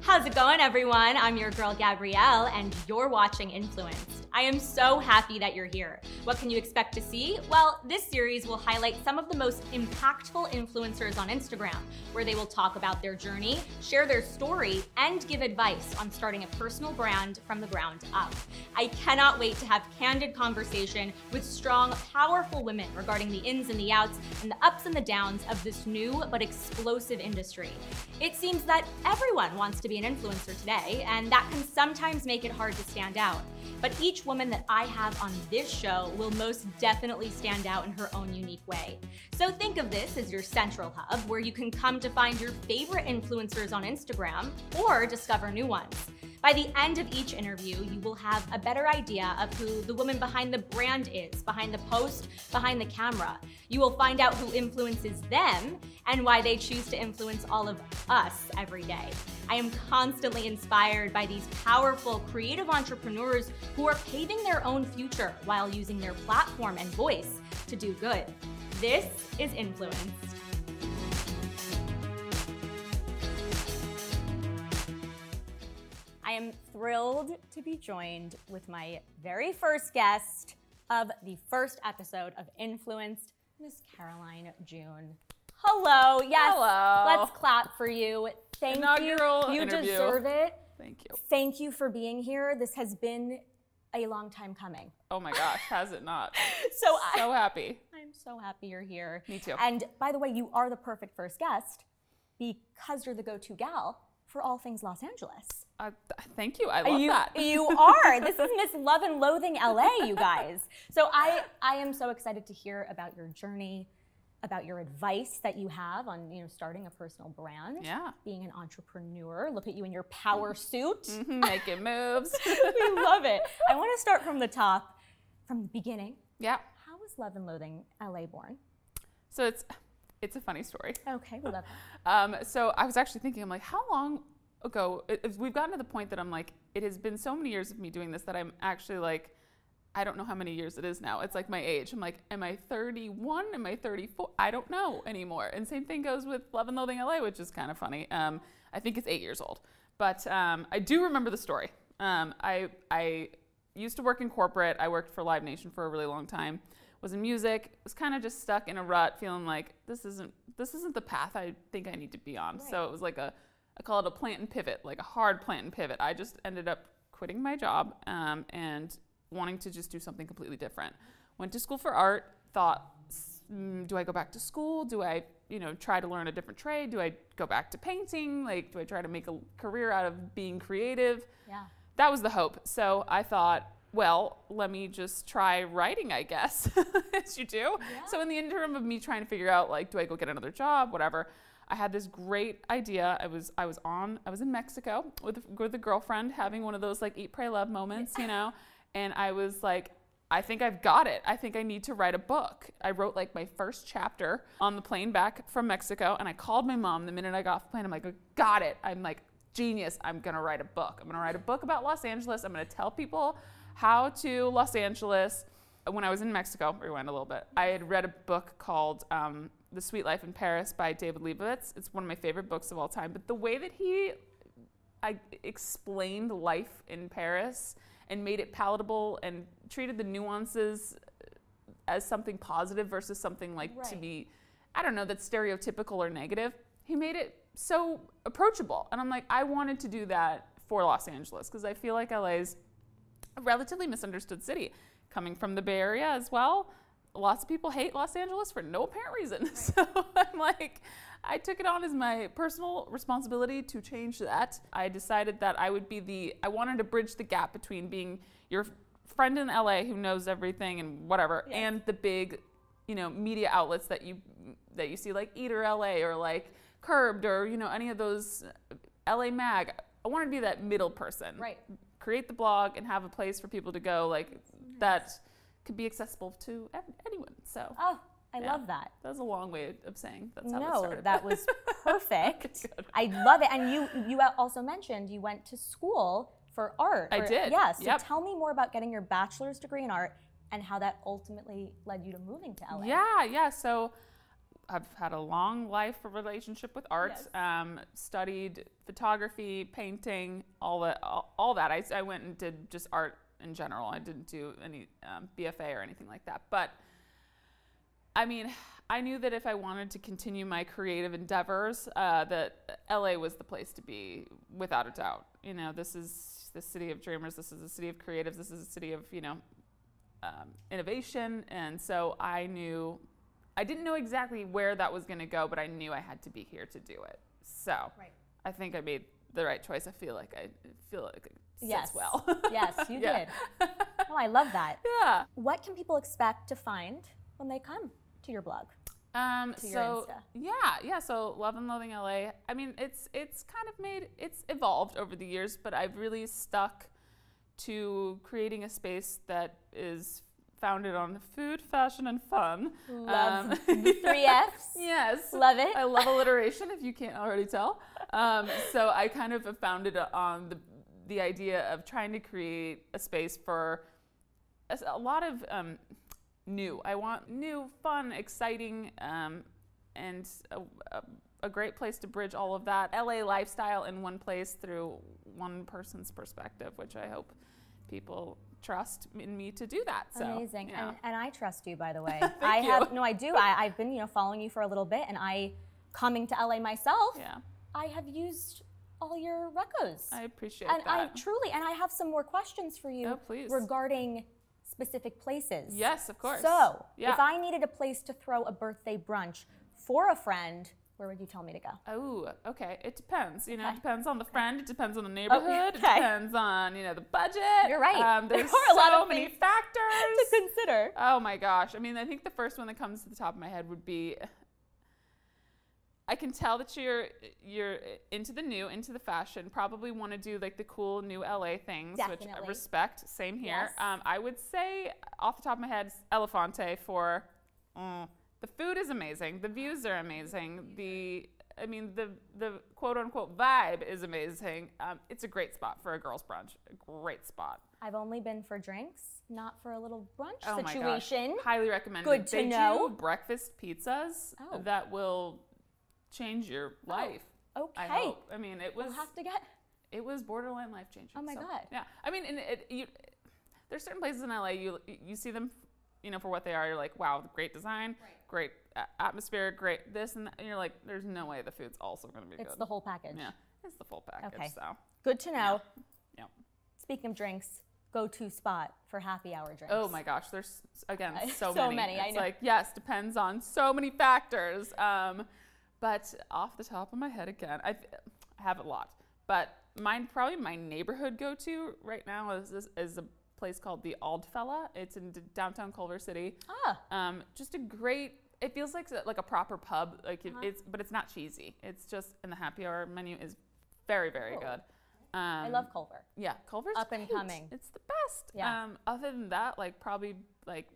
How's it going, everyone? I'm your girl, Gabrielle, and you're watching Influenced. I am so happy that you're here. What can you expect to see? Well, this series will highlight some of the most impactful influencers on Instagram, where they will talk about their journey, share their story, and give advice on starting a personal brand from the ground up. I cannot wait to have candid conversation with strong, powerful women regarding the ins and the outs and the ups and the downs of this new but explosive industry. It seems that everyone wants to be an influencer today, and that can sometimes make it hard to stand out. But each woman that I have on this show will most definitely stand out in her own unique way. So think of this as your central hub where you can come to find your favorite influencers on Instagram or discover new ones. By the end of each interview, you will have a better idea of who the woman behind the brand is, behind the post, behind the camera. You will find out who influences them and why they choose to influence all of us every day. I am constantly inspired by these powerful, creative entrepreneurs who are paving their own future while using their platform and voice to do good. This is Influenced. I am thrilled to be joined with my very first guest of the first episode of Influenced, Miss Caroline June. Hello. Yes. Hello. Let's clap for you. Thank Inaugural you. You interview. deserve it. Thank you. Thank you for being here. This has been a long time coming. Oh my gosh, has it not? So, I, So happy. I'm so happy you're here. Me too. And by the way, you are the perfect first guest because you're the go-to gal for all things Los Angeles. Uh, th- thank you. I love you, that. you are. This is Miss Love and Loathing LA, you guys. So I, I am so excited to hear about your journey, about your advice that you have on you know starting a personal brand, Yeah. being an entrepreneur. Look at you in your power suit. Mhm, Making moves. we love it. I want to start from the top, from the beginning. yeah. How was Love and Loathing LA born? So it's it's a funny story. Okay, we love Um, so I was actually thinking, I'm like, how long ago? it- it's- we've gotten to the point that I'm like, it has been so many years of me doing this that I'm actually like, I don't know how many years it is now. It's like my age. I'm like, am I 31? Am I 34? I don't know anymore. And same thing goes with Love and Loathing LA, which is kind of funny. Um, I think it's eight years old, but um, I do remember the story. Um, I I used to work in corporate. I worked for Live Nation for a really long time. Was in music. Was kind of just stuck in a rut, feeling like this isn't this isn't the path I think I need to be on. So it was like a I call it a plant and pivot, like a hard plant and pivot. I just ended up quitting my job um, and wanting to just do something completely different. Went to school for art. Thought, "S- mm, do I go back to school? Do I you know try to learn a different trade? Do I go back to painting? Like, do I try to make a career out of being creative? Yeah. that was the hope. So I thought, well, let me just try writing, I guess, as you do. So in the interim of me trying to figure out, like, do I go get another job, whatever, I had this great idea. I was I was on I was in Mexico with with a girlfriend, having one of those like eat, pray, love moments, you know, and I was like. I think I've got it. I think I need to write a book. I wrote like my first chapter on the plane back from Mexico, and I called my mom the minute I got off the plane. I'm like, I got it. I'm like, genius. I'm going to write a book. I'm going to write a book about Los Angeles. I'm going to tell people how to Los Angeles. When I was in Mexico, rewind a little bit, I had read a book called um, The Sweet Life in Paris by David Leibowitz. It's one of my favorite books of all time. But the way that he I explained life in Paris and made it palatable and treated the nuances as something positive versus something like to Right. be, I don't know, that's stereotypical or negative. He made it so approachable. And I'm like, I wanted to do that for Los Angeles because I feel like LA's a relatively misunderstood city. Coming from the Bay Area as well, lots of people hate Los Angeles for no apparent reason. So I'm like, I took it on as my personal responsibility to change that. I decided that I would be the, I wanted to bridge the gap between being your friend in LA who knows everything and whatever, Yes. and the big, you know, media outlets that you that you see like Eater LA or like Curbed or you know any of those uh, LA Mag. I wanted to be that middle person Right. create the blog and have a place for people to go like that could be accessible to ev- anyone so Oh, I Yeah. love that. that was a long way of saying that's how it No, started that was perfect. I love it. And you you also mentioned you went to school for art. I or- did, Yeah. So yep. tell me more about getting your bachelor's degree in art and how that ultimately led you to moving to LA. yeah yeah so have had a long life relationship with arts. Yes. Um, studied photography, painting, all that, all, all that. I, I went and did just art in general. I didn't do any um, BFA or anything like that. But I mean, I knew that if I wanted to continue my creative endeavors, uh, that LA was the place to be, without a doubt. You know, this is the city of dreamers. This is the city of creatives. This is the city of you know um, innovation. And so I knew, I didn't know exactly where that was going to go, but I knew I had to be here to do it. So Right. I think I made the right choice. I feel like I I feel like it sits Yes. well. yes, you Yeah. did. Oh, I love that. yeah. What can people expect to find when they come to your blog? Um, to so your Insta. yeah, yeah. So love and loathing LA. I mean, it's it's kind of made it's evolved over the years, but I've really stuck to creating a space that is founded on food, fashion, and fun. Love Um, the three F's. Yes, Love it. I love alliteration. if you can't already tell, um, so I kind of have founded on the the idea of trying to create a space for a, s- a lot of um, new. I want new, fun, exciting, um, and a, a, a great place to bridge all of that LA lifestyle in one place through one person's perspective, which I hope people trust in me to do that. So Amazing. yeah. And, and I trust you, by the way. Thank I you. have no, I do. I, I've been, you know, following you for a little bit, and I, coming to LA myself, yeah, I have used all your recos. I appreciate and I that. truly, and I have some more questions for you Oh, please. regarding specific places. yes, of course. So, yeah. if I needed a place to throw a birthday brunch for a friend, where would you tell me to go? Oh, okay. It depends. You know, Okay. Oh, it depends on the friend. It depends on the neighborhood. okay. It depends on you know the budget. You're right. Um, There there's are a lot so of many things factors. consider. Oh my gosh. I mean, I think the first one that comes to the top of my head would be I can tell that you're you're into the new, into the fashion. Probably want to do like the cool new LA things, which I Definitely. respect. Same here. Yes. Um, I would say off the top of my head, Elefante for mm, the food is amazing. The views are amazing. The I mean the the quote unquote vibe is amazing. Um, it's a great spot for a girls' brunch. A great spot. I've only been for drinks, not for a little brunch Oh my gosh. situation. Highly recommend. Good to they know. Do breakfast pizzas Oh. that will change your life. Okay. I hope. I mean, it was We'll have to get it was borderline life changing. Oh my God. Yeah. I mean, and it, you, there's certain places in LA you you see them, you know, for what they are. You're like, wow, great design, great uh, atmosphere, great this and, that, and you're like, there's no way the food's also going to be it's good. the whole package. yeah, it's the full package. Okay. So Good to know. yeah. Speaking of drinks, go to spot for happy hour drinks. Oh my gosh, there's again I- so, so many. many, I It's know. like yes, depends on so many factors. Um, but off the top of my head again, I've, I have a lot. But mine probably my neighborhood go to right now is is, is a place called the Aldfella. It's in d- downtown Culver City. Ah, Um, just a great. It feels like s- like a proper pub. Like Uh-huh. it, it's, but it's not cheesy. It's just, and the happy hour menu is very very Cool. good. Um, Oh. I love Culver. yeah, Culver's Up and great. coming. It's the best. Yeah. Um, other than that, like probably like,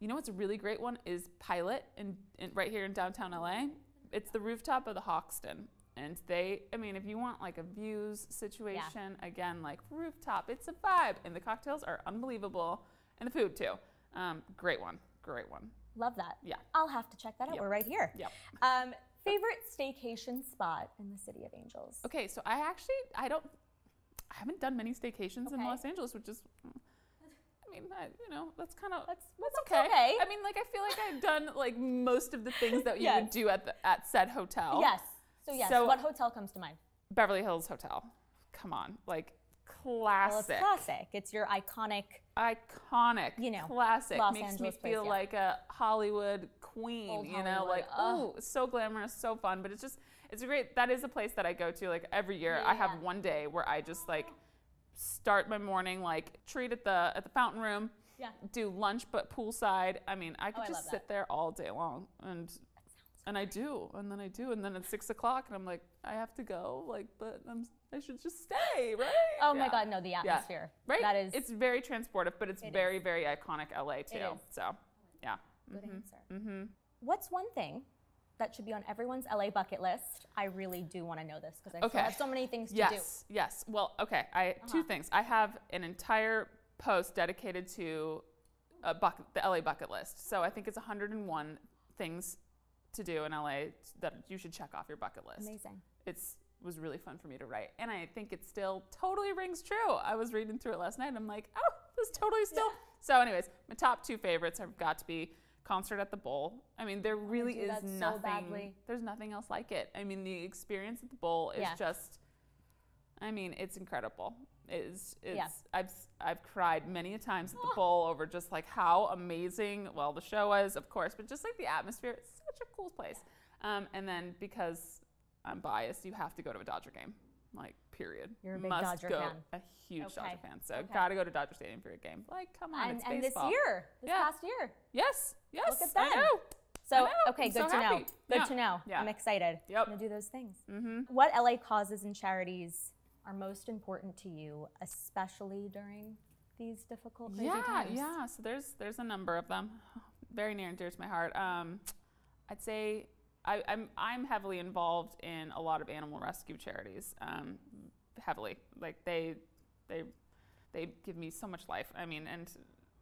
you know what's a really great one is Pilot in, in right here in downtown LA. It's the rooftop of the Hoxton, and they. I mean, if you want like a views situation again, like rooftop, it's a vibe, and the cocktails are unbelievable, and the food too. Um, great one, great one. Love that. Yeah. I'll have to check that out. Yep. We're right here. Yep. Um, favorite staycation spot in the City of Angels? Okay, so I actually I don't I haven't done many staycations in Okay. Los Angeles, which is I mean, I, you know, that's kind of that's, that's okay. I mean, like I feel like I've done like most of the things that you would Yes. do at the at said hotel. Yes. So yes, So- what hotel comes to mind? Beverly Hills Hotel. Come on, like Well, it's classic, classic. It's your iconic. iconic, You know, classic. Los Makes Angeles me place, feel yeah. like a Hollywood queen. Old you know, Hollywood, like ugh. oh, so glamorous, so fun. But it's just it's a great. That is a place that I go to like every year. I Yeah. have one day where I just like start my morning like treat at the at the fountain room Yeah. do lunch but poolside i mean i could Oh, I love just that. sit there all day long and and i do and then i do and then at six o'clock and i'm like i have to go like but i'm i should just stay right Oh my Yeah. God, no, the Yeah. atmosphere. right That is it's very transportive but it's It is. very very iconic la too is. so yeah good answer. mm-hmm What's one thing that should be on everyone's LA bucket list? I really do want to know this because I still Okay. have so many things to do. Uh-huh. Yes, yes. Well, okay. I two things. I have an entire post dedicated to a bucket, the LA bucket list. So I think it's 101 things to do in LA that you should check off your bucket list. Amazing. It's was really fun for me to write, and I think it still totally rings true. I was reading through it last night. and I'm like, oh, this totally still. So, anyways, my top two favorites have got to be concert at the bowl. I mean, there really do is that so nothing. badly. There's nothing else like it. I mean, the experience at the bowl is Yeah. just. I mean, it's incredible. It's, it's Yeah. I've s- I've cried many a times at the bowl over just like how amazing well the show was, of course, but just like the atmosphere. It's such a cool place. Um, and then because I'm biased, you have to go to a Dodger game. Like period. You're a big Must Dodger go. fan. A huge Dodger Okay. fan. So Okay. gotta go to Dodger Stadium for a game. Like come on, And, it's and this baseball. year, this Yeah. past year. Yes. Yes. at I them. know. I So know, okay, I'm good so to know. happy. Good Yeah. to know. Yeah. I'm excited. Yep. Mm-hmm. I'm gonna do those things. What LA causes and charities are most important to you, especially during these difficult, crazy yeah, times? yeah. So there's there's a number of them, very near and dear to my heart. Um, I'd say I, I'm I'm heavily involved in a lot of animal rescue charities. Um, heavily, like they they they give me so much life. I mean, and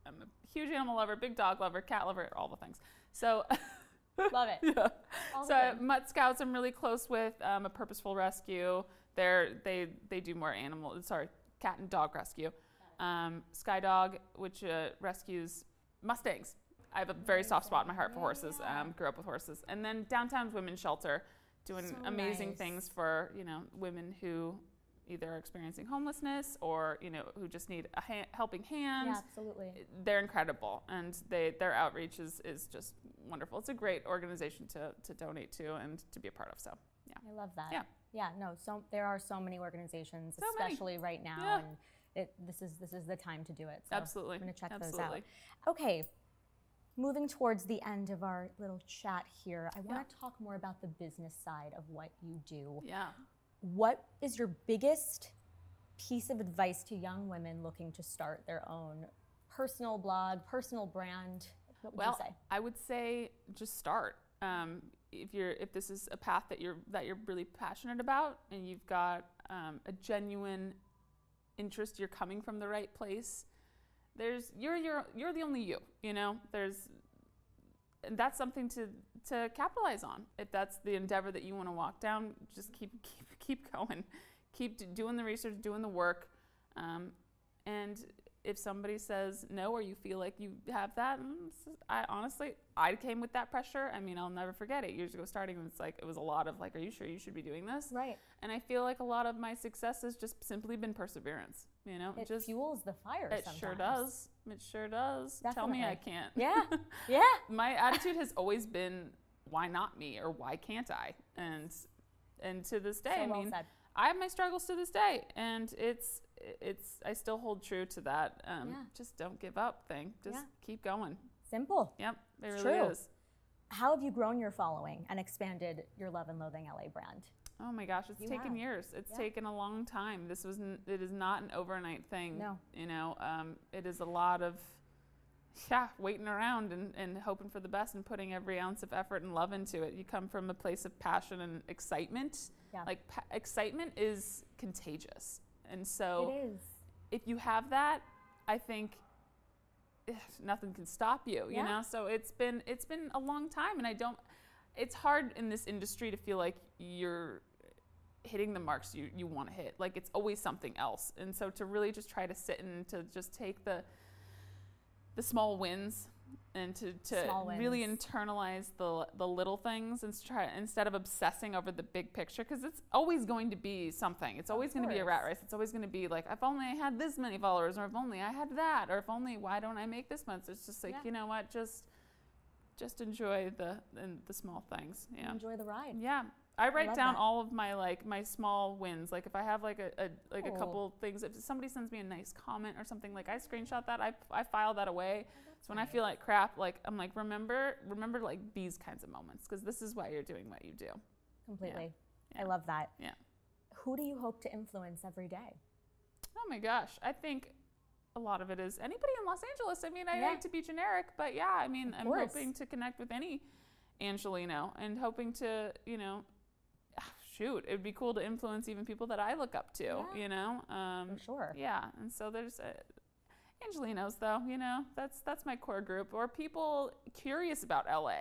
I'm a huge animal lover, big dog lover, cat lover, all the things. So. Love it. Yeah. All So of them. Mutt Scouts, I'm really close with um, a purposeful rescue. They're they they do more animal sorry cat and dog rescue. Um, Sky Dog, which uh, rescues mustangs. I have a very soft spot in my heart for horses. Um, grew up with horses, and then Downtown's Women's Shelter, doing So amazing nice. things for you know women who either are experiencing homelessness or you know who just need a ha- helping hand Yeah, absolutely. they're incredible and they their outreach is is just wonderful. It's a great organization to to donate to and to be a part of. So yeah. I love that. Yeah. Yeah, no, so there are so many organizations, So many. especially right now. Yeah. And it, this is this is the time to do it. So Absolutely. I'm gonna check those out. Absolutely. Okay. Moving towards the end of our little chat here, I want to talk more about the business side of what you do. Yeah. What is your biggest piece of advice to young women looking to start their own personal blog, personal brand? What would Well, you say? I would say just start. Um, if you're if this is a path that you're that you're really passionate about and you've got um, a genuine interest, you're coming from the right place. There's you're you're you're the only you. You know there's and that's something to to capitalize on. If that's the endeavor that you want to walk down, just keep keep keep going, keep d- doing the research, doing the work, um, and if somebody says no or you feel like you have that, mm, s- I honestly I came with that pressure. I mean, I'll never forget it. Years ago, starting it's like it was a lot of like, are you sure you should be doing this? Right. And I feel like a lot of my success has just simply been perseverance. You know, It just fuels the fire it sometimes. sure does. It sure does. Tell me I Definitely. can't. Yeah. Yeah. my attitude has always been why not me or why can't i and and to this day So i well mean said. i have my struggles to this day and it's it's i still hold true to that um, Yeah. just don't give up thing just Yeah. keep going Simple. yep it It's really true. is How have you grown your following and expanded your Love and Loathing LA brand? oh my gosh it's You taken have. years it's Yeah. taken a long time this was n- it is not an overnight thing No. you know um, it is a lot of yeah, waiting around and, and hoping for the best and putting every ounce of effort and love into it. You come from a place of passion and excitement. Yeah. Like pa- excitement is contagious. And so It is. if you have that, I think eh, nothing can stop you, you Yeah. know? So it's been it's been a long time and I don't it's hard in this industry to feel like you're hitting the marks you, you want to hit. Like it's always something else. And so to really just try to sit and to just take the the small wins and to, Small to really wins. internalize the the little things and try instead of obsessing over the big picture because it's always going to be something. It's always going to be a rat course. race. It's always going to be like if only I had this many followers or if only I had that or if only why don't I make this much? It's just like, Yeah. you know what? Just just enjoy the and the small things. Yeah. Enjoy the ride. Yeah. I write love down that. all of my like my small wins. Like if I have like a, a like Cool. a couple things, if somebody sends me a nice comment or something, like I screenshot that, I, I file that away. Oh, so when I feel like crap, like I'm like remember remember like these kinds of moments because this is why you're doing what you do. Completely. I Yeah. love that. Yeah. Who do you hope to influence every day? Oh my gosh, I think a lot of it is anybody in Los Angeles. I mean, I Yeah. like to be generic, but yeah, I mean, I'm course. hoping to connect with any Angelino and hoping to, you know, ah, shoot, it'd be cool to influence even people that I look up to, Yeah. you know. Um, For sure. yeah, and so there's uh, Angelinos though, you know, that's that's my core group or people curious about LA.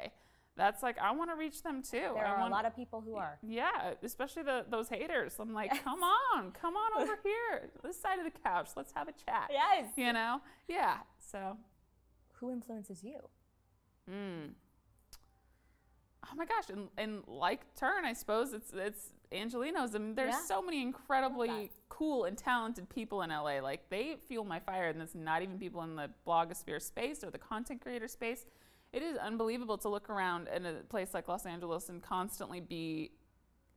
that's like I want to reach them too. There I are want, a lot of people who are. yeah, especially the those haters. I'm like, come on, come on over here, this side of the couch. Let's have a chat. Yes. You know? Yeah. So, Who influences you? mm. oh my gosh, and, and like turn, I suppose it's it's Angelinos. I mean, there's Yeah. so many incredibly that. cool and talented people in LA. Like they fuel my fire, and it's not even people in the blogosphere space or the content creator space. It is unbelievable to look around in a place like Los Angeles and constantly be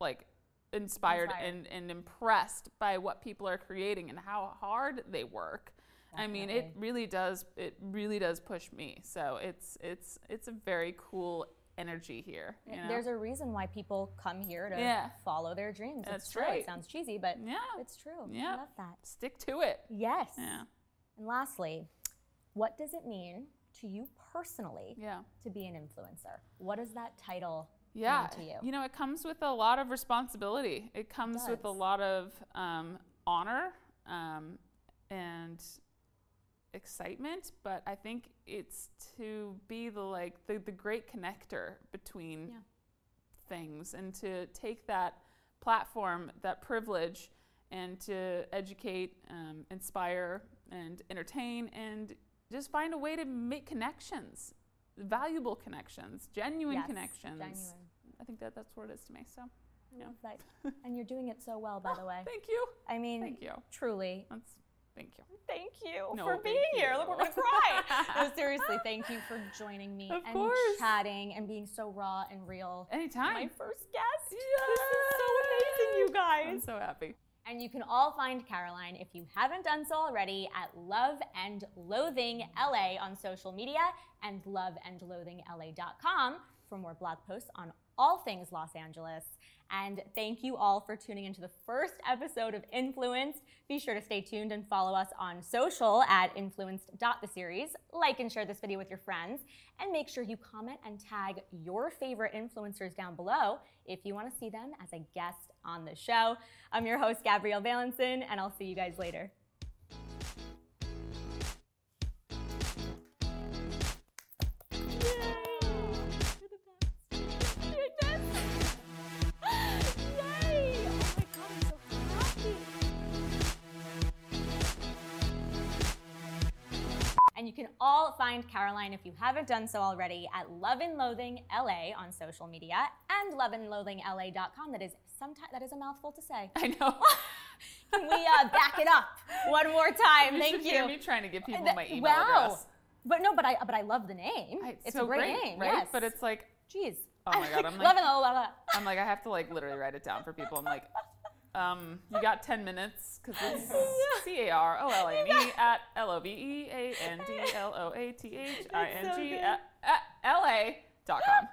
like inspired, Inspired. And, and impressed by what people are creating and how hard they work. I mean, it Definitely. really does it really does push me. So it's it's it's a very cool energy here. You know? There's a reason why people come here to Yeah. follow their dreams. That's it's true. right. It sounds cheesy, but yeah. it's true. Yeah. I love that. Stick to it. Yes. Yeah. And lastly, what does it mean to you personally Yeah. to be an influencer? What does that title yeah to you. know it comes with a lot of responsibility it comes with a does. lot of um, honor um, and excitement but i think it's to be the like the, the great connector between Yeah. things and to take that platform that privilege and to educate um, inspire and entertain and just find a way to make connections valuable connections genuine Yes, connections Genuine. I think that that's what it is to me. So I Yeah. love that. and you're doing it so well, by the way. Oh, thank you, I mean, thank you. truly. That's thank you. Thank you No, for thank being here. Look, we're you. gonna cry. No, seriously, thank you for joining me Of and course. chatting and being so raw and real. My Anytime. first guest. Yes. This is so amazing, you I'm guys. so happy. And you can all find Caroline, if you haven't done so already, at Love and Loathing LA on social media and loveandloathingla.com for more blog posts on all things Los Angeles. And thank you all for tuning into the first episode of Influenced. Be sure to stay tuned and follow us on social at influenced.theseries. Like and share this video with your friends. And make sure you comment and tag your favorite influencers down below if you want to see them as a guest on the show. I'm your host, Gabrielle Valenson, and I'll see you guys later. And you can all find Caroline, if you haven't done so already, at Love and Loathing LA on social media and loveandloathingla.com. That is sometimes that is a mouthful to say. I know. Can we uh, back it up one more time? you Thank should hear you. me trying to give people That- my email wow. address. But no, but I but I love the name. I- it's so a great, name, right? Yes. But it's like jeez. Oh my God, love it, I'm like- Oh, blah, blah, blah. I'm like I have to like literally write it down for people. I'm like, um, you got ten minutes because this is C A R O L A N E at L O V E A N D L O A T H I N G good. at- at L A dot com.